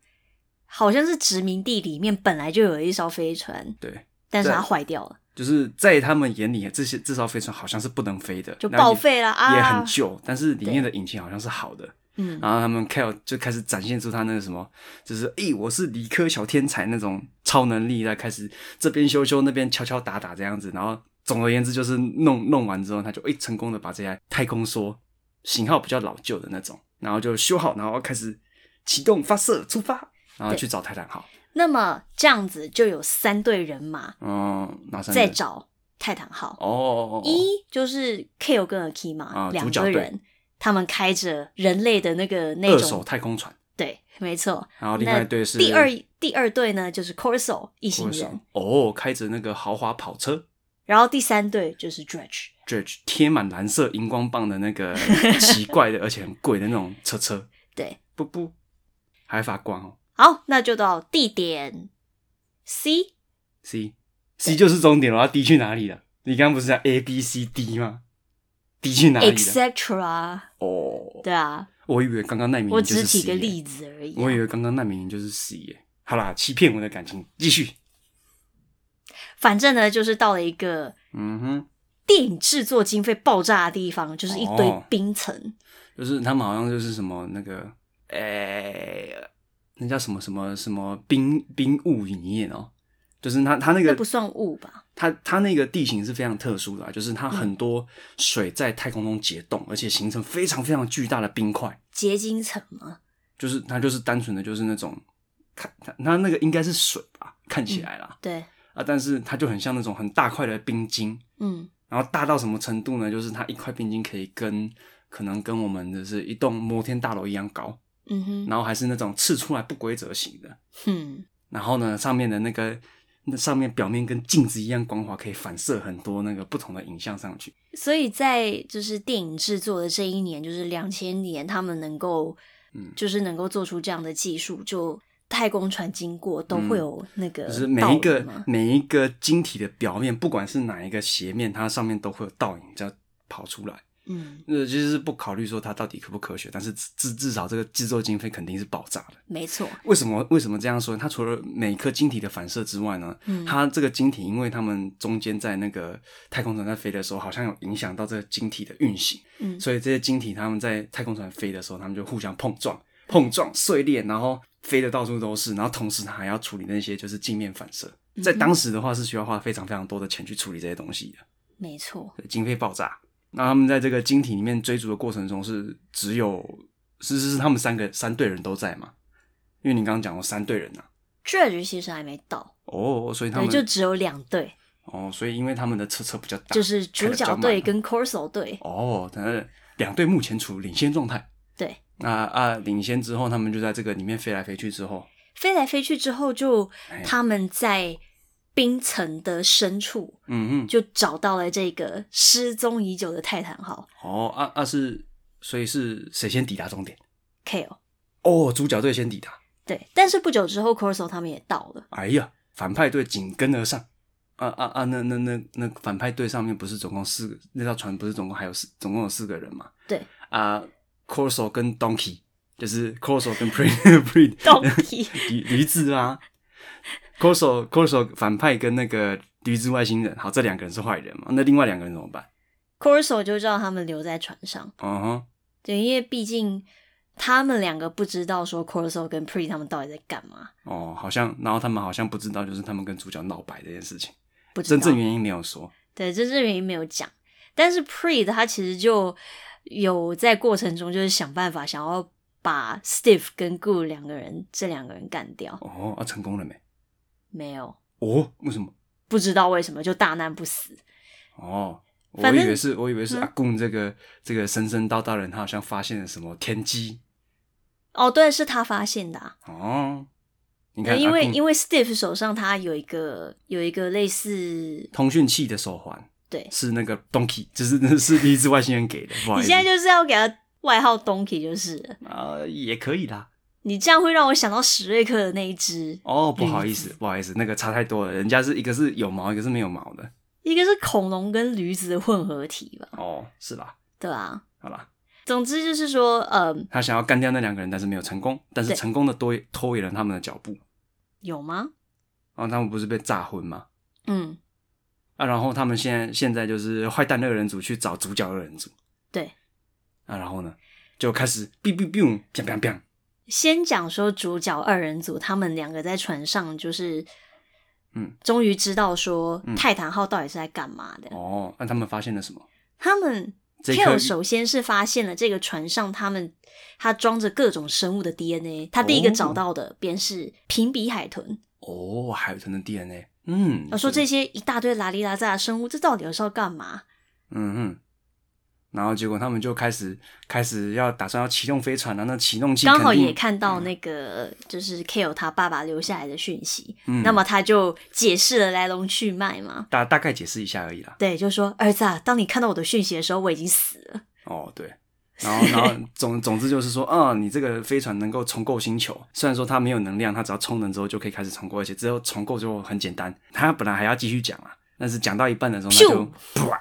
S1: 好像是殖民地里面本来就有一艘飞船，
S2: 对，
S1: 但是
S2: 对
S1: 它坏掉了，
S2: 就是在他们眼里，这些这艘飞船好像是不能飞的，
S1: 就
S2: 然后
S1: 报废了啊
S2: 也很旧，但是里面的引擎好像是好的。
S1: 嗯
S2: 然后他们 Kel 就开始展现出他那个什么，就是诶、我是理科小天才那种超能力，来开始这边修修，那边敲敲打打这样子。然后总而言之，就是弄弄完之后，他就诶、成功的把这台太空梭型号比较老旧的那种，然后就修好，然后开始启动发射出发，然后去找泰坦号。
S1: 那么这样子就有三队人马
S2: 嗯，哪三个
S1: 在找泰坦号。
S2: 哦哦哦，哦
S1: 一就是 Kale 跟 Akima、
S2: 啊
S1: 两
S2: 主角
S1: 个
S2: 队
S1: 人，他们开着人类的那个那
S2: 二
S1: 种
S2: 手太空船，
S1: 对，没错。
S2: 然后另
S1: 那
S2: 外一队是
S1: 第二第二队呢，就是 Corso 一行
S2: 或者是
S1: 人，
S2: 哦，开着那个豪华跑车。
S1: 然后第三队就是 Dredge。
S2: Dredge 贴满蓝色荧光棒的那个奇
S1: (laughs)
S2: 怪的而且很贵的那种车车，
S1: 对，
S2: 不不，还发光哦。
S1: 好，那就到地点 C。
S2: C C 就是终点了，要 D 去哪里了？你刚刚不是讲 A B C D 吗？D 去哪里了？
S1: etc.
S2: 哦，
S1: 对啊，
S2: 我以为刚刚难民
S1: 我
S2: 营就
S1: 只
S2: 是 C，
S1: 举个
S2: 耶
S1: 例，子而已啊、
S2: 我以为刚刚难民营就是 C 耶。好啦，欺骗我的感情，继续。
S1: 反正呢，就是到了一个
S2: 嗯哼，
S1: 电影制作经费爆炸的地方，就是一堆
S2: 哦
S1: 冰层。
S2: 就是他们好像就是什么那个，诶、那叫什么什么什么冰冰雾里面哦，就是他他那个
S1: 那不算雾吧？
S2: 它它那个地形是非常特殊的、啊，就是它很多水在太空中结冻，而且形成非常非常巨大的冰块，
S1: 结晶层吗？
S2: 就是它就是单纯的就是那种看它它那个应该是水吧，看起来啦、
S1: 对，
S2: 啊，但是它就很像那种很大块的冰晶，
S1: 嗯，
S2: 然后大到什么程度呢？就是它一块冰晶可以跟可能跟我们的是一栋摩天大楼一样高，
S1: 嗯哼，
S2: 然后还是那种刺出来不规则形的，
S1: 嗯，
S2: 然后呢上面的那个。那上面表面跟镜子一样光滑，可以反射很多那个不同的影像上去。
S1: 所以在就是电影制作的
S2: 嗯
S1: 这一年，就是两千年，他们能够，就是能够做出这样的技术，就太空船经过都会有那个、
S2: 嗯就是每一个每一个晶体的表面，不管是哪一个斜面，它上面都会有倒影这样跑出来。
S1: 嗯，
S2: 那其实是不考虑说它到底科不科学，但是至至至少这个制作经费肯定是爆炸的。
S1: 没错，
S2: 为什么为什么这样说？它除了每颗晶体的反射之外呢？它这个晶体，因为它们中间在那个太空船在飞的时候，好像有影响到这个晶体的运行，
S1: 嗯
S2: 所以这些晶体它们在太空船飞的时候，它们就互相碰撞、碰撞、碎裂，然后飞的到处都是，然后同时它还要处理那些就是镜面反射。在当时的话，是需要花非常非常多的钱去处理这些东西的，
S1: 没错，
S2: 所以经费爆炸。那他们在这个晶体里面追逐的过程中，是只有是是是他们三个三队人都在嘛？因为你刚刚讲过三队人呐、
S1: Dredge 其实还没到，
S2: 哦，所以他
S1: 对，
S2: 们
S1: 就只有两队，
S2: 哦，所以因为他们的车车比较大，
S1: 就是
S2: 开
S1: 主
S2: 得比较
S1: 角
S2: 慢
S1: 队跟 Corso 队，
S2: 哦，但是两队目前处于领先状态。
S1: 对，
S2: 那啊，领先之后，他们就在这个里面飞来飞去之后，
S1: 飞来飞去之后就
S2: 哎
S1: 他们在冰层的深处
S2: 嗯嗯，
S1: 就找到了这个失踪已久的泰坦号
S2: 哦啊啊是，所以是谁先抵达终点？
S1: Kale，
S2: 哦，主角队先抵达。
S1: 对，但是不久之后 Corso 他们也到了，
S2: 哎呀，反派队紧跟而上。啊啊啊！那那那那反派队上面不是总共四个？那艘船不是总共还有四，总共有四个人嘛？
S1: 对
S2: 啊，Corso 跟 Donkey，就是 Corso 跟 (laughs) Breed Breed
S1: Donkey
S2: (laughs) 驴驴子啊，Corso Corso 反派跟那个驴子外星人，好，这两个人是坏人嘛？那另外两个人怎么办？
S1: ，Corso 就叫他们留在船上，
S2: 嗯哼，
S1: 对，因为毕竟他们两个不知道说 Corso 跟 Pre 他们到底在干嘛，
S2: 哦，好像，然后他们好像不知道，就是他们跟主角闹掰这件事情，
S1: 不知道
S2: 真正原因没有说。
S1: 对，真正原因没有讲。但是 Pre 他其实就有在过程中就是想办法想要把 Steve 跟 Goo 两个人这两个人干掉，
S2: 哦，啊，成功了没？
S1: 没有，
S2: 哦，为什么？
S1: 不知道为什么就大难不死。
S2: 哦，我
S1: 反
S2: 以
S1: 正
S2: 为是，我以为是
S1: 嗯
S2: 阿贡这个这个神神叨叨人，他好像发现了什么天机
S1: 哦，对，是他发现的、啊，
S2: 哦。你看，
S1: 呃因为因
S2: 为
S1: 为 Steve 手上他有一个有一个类似
S2: 通讯器的手环
S1: 对，
S2: 是那个 Donkey，就是 (laughs) 是第一只外星人给的，不好
S1: (laughs) 你
S2: 意思。
S1: 现在就是要给他外号 Donkey 就是了，
S2: 呃，也可以啦。
S1: 你这样会让我想到史瑞克的那一只
S2: 哦，不好
S1: 驴
S2: 意
S1: 子
S2: 思，不好意思，那个差太多了。人家是一个是有毛，一个是没有毛的。
S1: 一个是恐龙跟驴子的混合体吧，
S2: 哦，是啦，
S1: 对啊。
S2: 好啦，
S1: 总之就是说，嗯，
S2: 他想要干掉那两个人，但是没有成功，但是
S1: 对
S2: 成功的拖拖延了他们的脚步。
S1: 有吗？
S2: 然后他们不是被炸昏吗？
S1: 嗯，
S2: 啊，然后他们现在现在就是坏蛋二人组去找主角二人组
S1: 对。
S2: 啊，然后呢就开始 biu biu biu biang biang biang，
S1: 先讲说主角二人组他们两个在船上，就是
S2: 嗯，
S1: 终于知道说
S2: 嗯
S1: 泰坦号到底是在干嘛的。
S2: 哦，那他们发现了什么？
S1: 他们
S2: 这颗
S1: Kill 首先是发现了这个船上他们他装着各种生物的 DNA，他第一个
S2: 哦
S1: 找到的便是平鼻海豚。
S2: 哦，海豚的 DNA，嗯，
S1: 哦我说
S2: 是
S1: 这些一大堆拉里拉杂的生物，这到底是要干嘛？
S2: 嗯哼，然后结果他们就开始开始要打算要启动飞船了，那启动器
S1: 刚好
S2: 肯定
S1: 也看
S2: 嗯
S1: 到那个就是 Kill 他爸爸留下来的讯息，
S2: 嗯
S1: 那么他就解释了来龙去脉嘛。
S2: 大大概解释一下而已啦。
S1: 对，就说儿子啊，当你看到我的讯息的时候，我已经死了。
S2: 哦，对。然后，然后总总之就是说，啊、你这个飞船能够重构星球，虽然说它没有能量，它只要充能之后就可以开始重构，而且之后重构就很简单。他本来还要继续讲啊，但是讲到一半的时候，他就
S1: 咻
S2: 啪，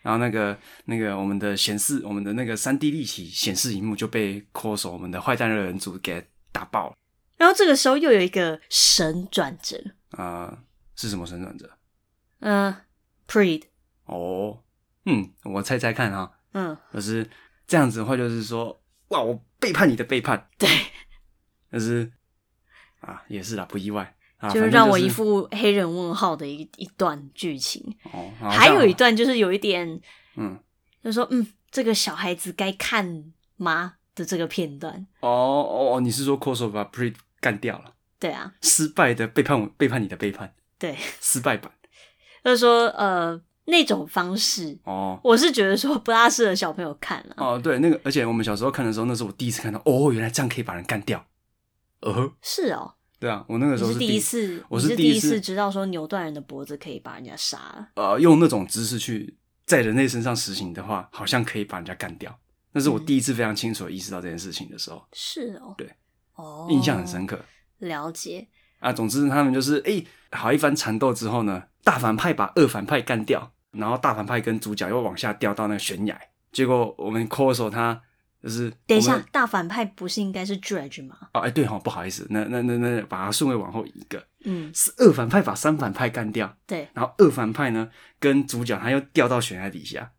S2: 然后那个那个我们的显示，我们的那个三 D 立体显示荧幕就被 Corso 我们的坏蛋热人组给打爆了。
S1: 然后这个时候又有一个神转折，
S2: 啊、是什么神转折？
S1: 嗯、p r e e d
S2: 哦，嗯，我猜猜看啊，
S1: 嗯，
S2: 就是这样子的话，就是说，哇，我背叛你的背叛，
S1: 对，
S2: 但是啊，也是啦，不意外啊，
S1: 就
S2: 反
S1: 是
S2: 正
S1: 让我
S2: 是
S1: 一副黑人问号的一一段剧情。
S2: 哦，好
S1: 还有
S2: 像
S1: 一段就是有一点，
S2: 嗯
S1: 就说嗯，这个小孩子该看吗的这个片段。
S2: 哦哦哦，你是说 Corso 把 Pre 干掉了，
S1: 对啊，
S2: 失败的背叛我，背叛你的背叛，
S1: 对，
S2: 失败版
S1: 就是说呃那种方式，
S2: 哦。
S1: 我是觉得说不大适合小朋友看啊了、
S2: 哦，对，那个，而且我们小时候看的时候，那是我第一次看到，哦，原来这样可以把人干掉，呃呵，
S1: 是哦，
S2: 对啊，我那个时
S1: 你
S2: 候
S1: 是第
S2: 一
S1: 一次，
S2: 我
S1: 你
S2: 是
S1: 是
S2: 第
S1: 第
S2: 一
S1: 一
S2: 次
S1: 次知道说扭断人的脖子可以把人家杀了。
S2: 呃，用那种姿势去在人类身上实行的话，好像可以把人家干掉。
S1: 嗯
S2: 那是我第一次非常清楚的意识到这件事情的时候，
S1: 是哦，
S2: 对，
S1: 哦，
S2: 印象很深刻。
S1: 了解，
S2: 啊，总之他们就是哎、诶好一番缠斗之后呢，大反派把二反派干掉，然后大反派跟主角又往下掉到那个悬崖。结果我们 c o r s o 他就是
S1: 等一
S2: 我
S1: 下
S2: 们，
S1: 大反派不是应该是 Dredge 吗？
S2: 哦，哎、对哈、哦，不好意思，那那那那把它顺位往后移一个，
S1: 嗯，
S2: 是二反派把三反派干掉，
S1: 对，
S2: 然后二反派呢跟主角他又掉到悬崖底下，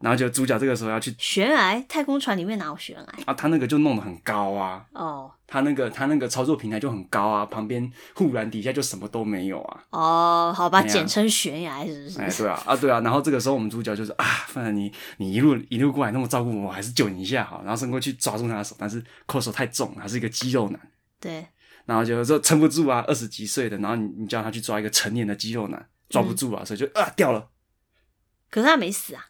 S2: 然后就主角这个时候要去
S1: 悬崖，太空船里面哪有悬崖？
S2: 啊，他那个就弄得很高啊，
S1: 哦
S2: 他那个他那个操作平台就很高啊，旁边护栏底下就什么都没有啊，
S1: 哦，好吧，
S2: 哎呀
S1: 简称悬崖是不是？
S2: 哎，对啊，啊对啊，然后这个时候我们主角就是啊，反正你你一路一路过来那么照顾我，我还是救你一下好，然后伸过去抓住他的手，但是扣手太重，他是一个肌肉男，
S1: 对
S2: 然后就说撑不住啊，二十几岁的，然后你你叫他去抓一个成年的肌肉男，抓不住啊，所以就啊掉了。
S1: 可是他没死啊。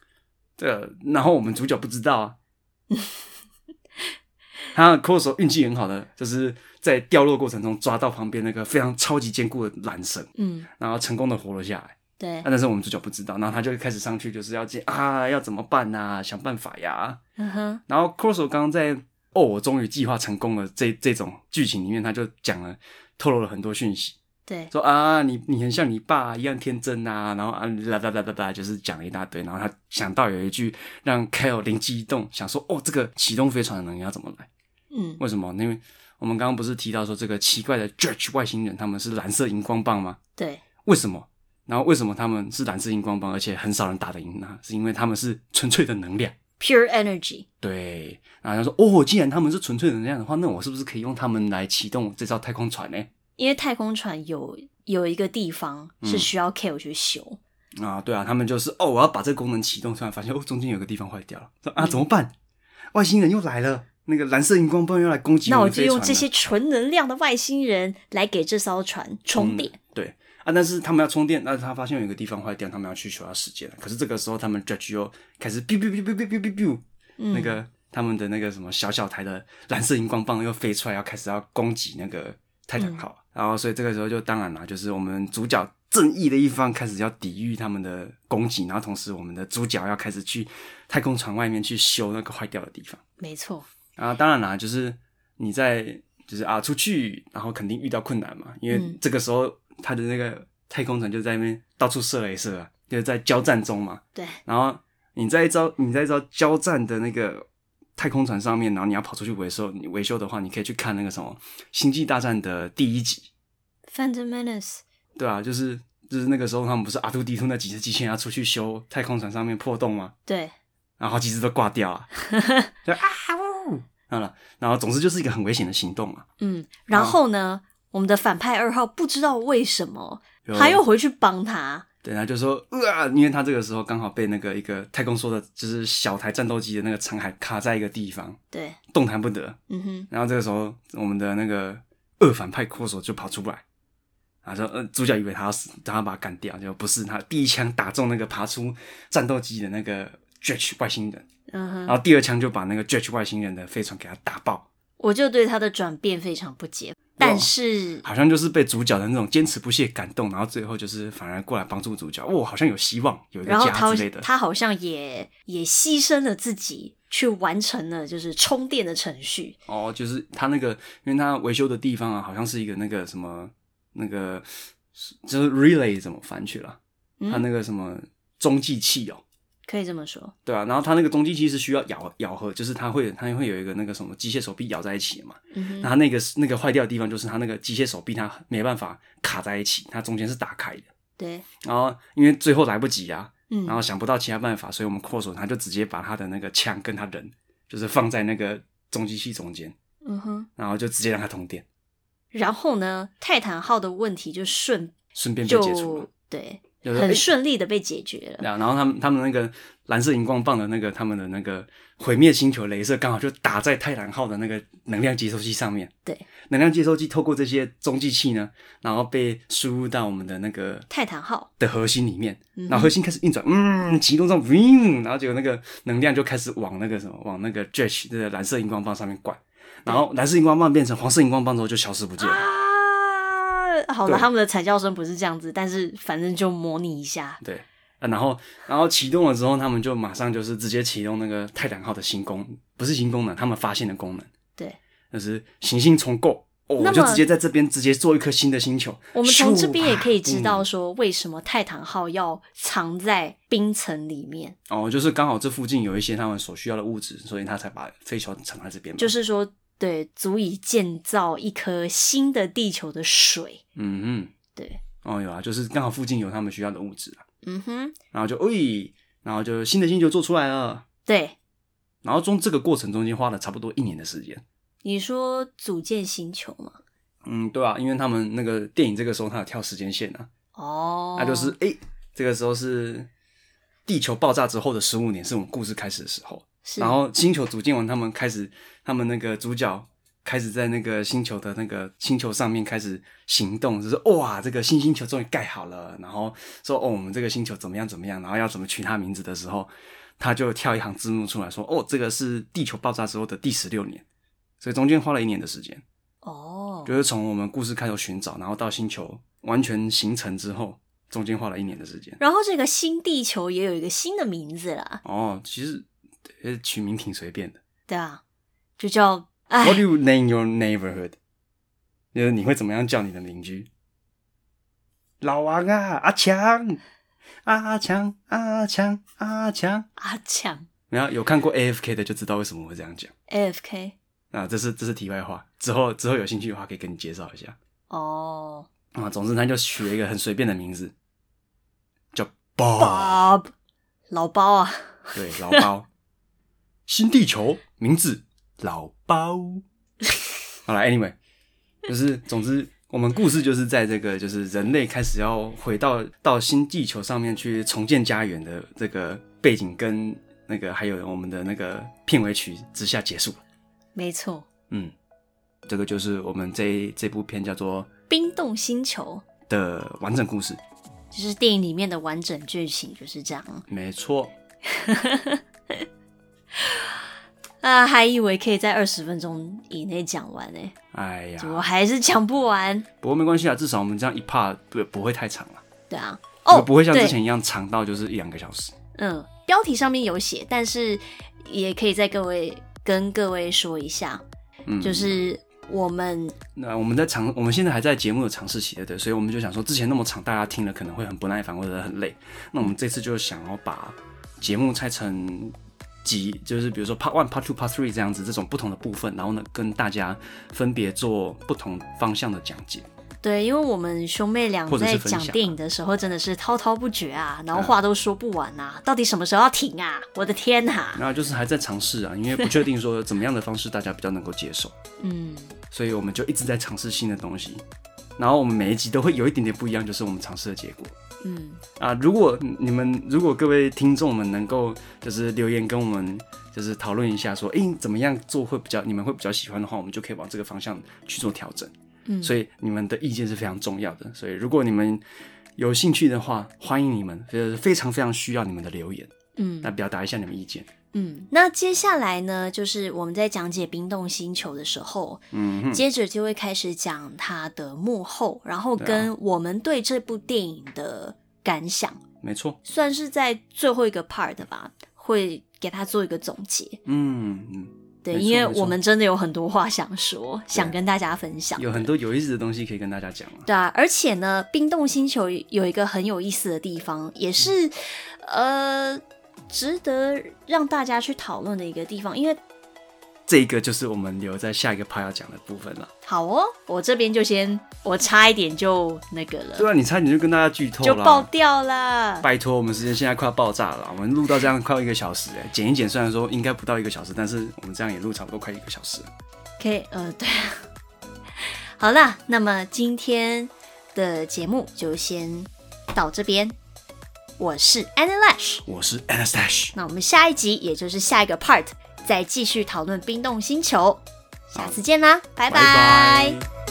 S2: 对啊，然后我们主角不知道啊，他扣手运气很好的，就是在掉落过程中抓到旁边那个非常超级坚固的缆绳，
S1: 嗯，
S2: 然后成功的活了下来。
S1: 对
S2: 啊，，但是我们主角不知道，然后他就开始上去，就是要进啊，要怎么办呐、想办法呀。
S1: 嗯哼，
S2: 然后 Corso 刚刚在哦，我终于计划成功了这这种剧情里面，他就讲了，透露了很多讯息，
S1: 对，
S2: 说啊，你你很像你爸一样天真啊，然后啊啦啦啦啦啦，就是讲了一大堆。然后他想到有一句让 Kyle 灵机一动，想说哦，这个启动飞船的能力要怎么来？
S1: 嗯，
S2: 为什么？因为我们刚刚不是提到说这个奇怪的 Judge 外星人他们是蓝色荧光棒吗？
S1: 对，
S2: 为什么？然后为什么他们是蓝色荧光棒，而且很少人打得赢呢？是因为他们是纯粹的能量。
S1: pure energy，
S2: 对，然后他说：“哦，既然他们是纯粹能量的话，那我是不是可以用他们来启动我这艘太空船呢
S1: 因为太空船有有一个地方
S2: 嗯
S1: 是需要 Kale 去修，？”
S2: 啊，对啊，他们就是哦，我要把这个功能启动，突然发现哦，中间有个地方坏掉了，说啊，怎么办？外星人又来了，那个蓝色荧光棒又来攻击
S1: 那我
S2: 们
S1: 就
S2: 飞船啊
S1: 用
S2: 了
S1: 这些纯能量的外星人来给这艘船充电。
S2: 对啊，但是他们要充电，但是他发现有一个地方坏掉，他们要去求他时间了。可是这个时候，他们 Judge 又开始 biu biu biu biu biu biu biu biu，、那
S1: 嗯
S2: 个他们的那个什么小小台的蓝色荧光棒又飞出来，要开始要攻击那个泰坦号。
S1: 嗯
S2: 然后，所以这个时候就当然啦，就是我们主角正义的一方开始要抵御他们的攻击，然后同时我们的主角要开始去太空船外面去修那个坏掉的地方。
S1: 没错，
S2: 啊，当然啦，就是你在就是啊出去，然后肯定遇到困难嘛，因为
S1: 嗯
S2: 这个时候他的那个太空船就在那边到处射雷射啊，就是在交战中嘛。
S1: 对，
S2: 然后你在一招你在一招交战的那个太空船上面，然后你要跑出去维修，你维修的话，你可以去看那个什么《星际大战》的第一集，
S1: 《Phantom Menace》
S2: 对啊，就是就是那个时候他们不是 R two D two 那几只机器人要出去修太空船上面破洞吗？
S1: 对，
S2: 然后好几只都挂掉啊，就啊呜，好了，然后总之就是一个很危险的行动嘛。
S1: 嗯，然后呢，我们的反派二号不知道为什么
S2: 有
S1: 他又回去帮他，
S2: 对，他就说啊，因为他这个时候刚好被那个一个太空梭的，就是小台战斗机的那个残骸卡在一个地方，
S1: 对，
S2: 动弹不得。
S1: 嗯哼，
S2: 然后这个时候，我们的那个二反派阔手就跑出来，然后说，呃，主角以为他要死，让他把他干掉，就不是他第一枪打中那个爬出战斗机的那个 Judge 外星人，
S1: 嗯哼，
S2: 然后第二枪就把那个 Judge 外星人的飞船给他打爆。
S1: 我就对他的转变非常不解，但是 (laughs)
S2: 好像就是被主角的那种坚持不懈感动，然后最后就是反而过来帮助主角，哇，好像有希望，有一个
S1: 然后
S2: 家
S1: 他
S2: 之类的。
S1: 他好像也也牺牲了自己，去完成了就是充电的程序。
S2: 哦，就是他那个，因为他维修的地方啊，好像是一个那个什么那个，就是 relay 怎么翻去了？他那个什么中继器哦，
S1: 可以这么说，
S2: 对啊，然后他那个中继器是需要咬咬合，就是它会它会有一个那个什么机械手臂咬在一起的嘛。那它那个那个坏掉的地方就是它那个机械手臂它没办法卡在一起，它中间是打开的。
S1: 对，
S2: 然后因为最后来不及啊，
S1: 嗯
S2: 然后想不到其他办法，所以我们扩手，他就直接把他的那个枪跟他人，就是放在那个中继器中间，
S1: 嗯哼。
S2: 然后就直接让他通电，
S1: 然后呢，泰坦号的问题就顺
S2: 顺便被解除了
S1: 就。对，
S2: 就是
S1: 很
S2: 哎
S1: 顺利的被解决了。
S2: 然后然后他们他们那个蓝色荧光棒的那个他们的那个毁灭星球镭射刚好就打在泰坦号的那个能量接收器上面，
S1: 对，
S2: 能量接收器透过这些中继器呢，然后被输入到我们的那个
S1: 泰坦号
S2: 的核心里面，
S1: 嗯哼
S2: 然后核心开始运转，嗯，启动上，嗯，然后结果那个能量就开始往那个什么，往那个 Judge 的蓝色荧光棒上面灌，然后蓝色荧光棒变成黄色荧光棒之后就消失不见了。
S1: 啊，好了，
S2: 对
S1: 他们的惨叫声不是这样子，但是反正就模拟一下。
S2: 对，啊、然后然后启动了之后，他们就马上就是直接启动那个泰坦号的新功，不是新功能，他们发现的功能
S1: 对，
S2: 就是行星重构，哦，
S1: 那
S2: 我
S1: 么
S2: 就直接在这边直接做一颗新的星球。
S1: 我们从
S2: 咻
S1: 这边也可以知
S2: 嗯
S1: 道说，为什么泰坦号要藏在冰层里面，
S2: 哦，就是刚好这附近有一些他们所需要的物质，所以他才把飞球藏在这边嘛。
S1: 就是说，对，足以建造一颗新的地球的水。
S2: 嗯
S1: 对，
S2: 嗯，哦有啊，就是刚好附近有他们需要的物质啊，
S1: 嗯哼，
S2: 然后就喂，然后就新的星球做出来了。
S1: 对，
S2: 然后中这个过程中间花了差不多一年的时间。
S1: 你说组建星球嘛？
S2: 嗯，对啊，因为他们那个电影这个时候他有跳时间线啊，
S1: 哦，
S2: 那就是诶，这个时候是地球爆炸之后的十五年，是我们故事开始的时候。
S1: 是
S2: 然后星球组建完，他们开始，他们那个主角开始在那个星球的那个星球上面开始行动，就是哇，这个新星球终于盖好了。然后说哦，我们这个星球怎么样怎么样，然后要怎么取它名字的时候，他就跳一行字幕出来说哦，这个是地球爆炸之后的第十六年，所以中间花了一年的时间。
S1: 哦，
S2: 就是从我们故事开头寻找，然后到星球完全形成之后，中间花了一年的
S1: (laughs)
S2: 时间。
S1: 然后这个新地球也有一个新的名字啦，
S2: 哦，其实呃取名挺随便的。
S1: 对啊，就叫哎
S2: What do you name your neighborhood？就是你会怎么样叫你的邻居？老王啊，阿强，阿强，阿强，阿强。
S1: 阿强
S2: 然后有看过 AFK 的就知道为什么我会这样讲。
S1: AFK
S2: 啊，这是这是题外话，之后之后有兴趣的话可以跟你介绍一下。
S1: 哦
S2: 啊，总之他就取了一个很随便的名字，叫 Bob。
S1: ，Bob 老包啊，
S2: 对，老包。新地球名字老包。好了，Anyway，就是总之，我们故事就是在这个就是人类开始要回到到新地球上面去重建家园的这个背景跟那个还有我们的那个片尾曲之下结束了。
S1: 没错，
S2: 嗯，这个就是我们这一这部片叫做
S1: 冰冻星球
S2: 的完整故事。
S1: 就是电影里面的完整剧情就是这样
S2: 没错，
S1: 啊，还以为可以在二十分钟以内讲完呢、
S2: 哎呀
S1: 结，果还是哦讲不完，
S2: 不过没关系啊，至少我们这样一 part 不不会太长了。
S1: 对啊，哦，
S2: 不会像之
S1: 对
S2: 前一样长到就是一两个小时。
S1: 嗯，标题上面有写，但是也可以再各位跟各位说一下，
S2: 嗯，
S1: 就是我们
S2: 那我们在尝，我们现在还在节目的尝试期，对不对？所以我们就想说，之前那么长，大家听了可能会很不耐烦或者很累。那我们这次就想要把节目拆成集，就是比如说 Part One、Part Two、Part Three 这样子，这种不同的部分，然后呢，跟大家分别做不同方向的讲解。
S1: 对，因为我们兄妹俩
S2: 或者
S1: 在
S2: 是分享
S1: 讲
S2: 啊嗯
S1: 电影的时候真的是滔滔不绝啊，然后话都说不完啊，到底什么时候要停啊？我的天呐、
S2: 那就是还在尝试啊，因为不确定说怎么样的方式大家比较能够接受。
S1: (laughs) 嗯，
S2: 所以我们就一直在尝试新的东西。然后我们每一集都会有一点点不一样，就是我们尝试的结果。
S1: 嗯，
S2: 啊，如果你们如果各位听众们能够就是留言跟我们就是讨论一下说，诶怎么样做会比较你们会比较喜欢的话，我们就可以往这个方向去做调整。嗯，所以你们的意见是非常重要的。所以如果你们有兴趣的话，欢迎你们，就是非常非常需要你们的留言。
S1: 嗯，
S2: 那表达一下你们意见。
S1: 嗯，那接下来呢，就是我们在讲解《冰冻星球》的时候，
S2: 嗯哼，
S1: 接着就会开始讲它的幕后，然后
S2: 啊
S1: 跟我们对这部电影的感想，
S2: 没错。
S1: 算是在最后一个 part 吧，会给它做一个总结。
S2: 嗯嗯，
S1: 对，
S2: 没错
S1: 因为
S2: 没错
S1: 我们真的有很多话想说，想跟大家分享。
S2: 有很多有意思的东西可以跟大家讲了。
S1: 对啊，而且呢，冰冻星球有一个很有意思的地方，也是、
S2: 嗯
S1: 呃值得让大家去讨论的一个地方。因为
S2: 这一个就是我们留在下一个趴要讲的部分了。
S1: 好哦，我这边就先我差一点就那个
S2: 对
S1: 了，
S2: 啊，你差点就跟大家剧透
S1: 就
S2: 了。
S1: 爆掉啦。
S2: 拜托，我们时间现在快要爆炸了，我们录到这样快要一个小时、哎，剪一剪，虽然说应该不到一个小时，但是我们这样也录差不多快一个小时了。
S1: OK，呃，对 (laughs) 啊，好啦，那么今天的节目就先到这边。我是 Annie Lash，
S2: 我是 Anastash，
S1: 那我们下一集，也就是下一个 part，再继续讨论冰冻星球。下次见啦，拜拜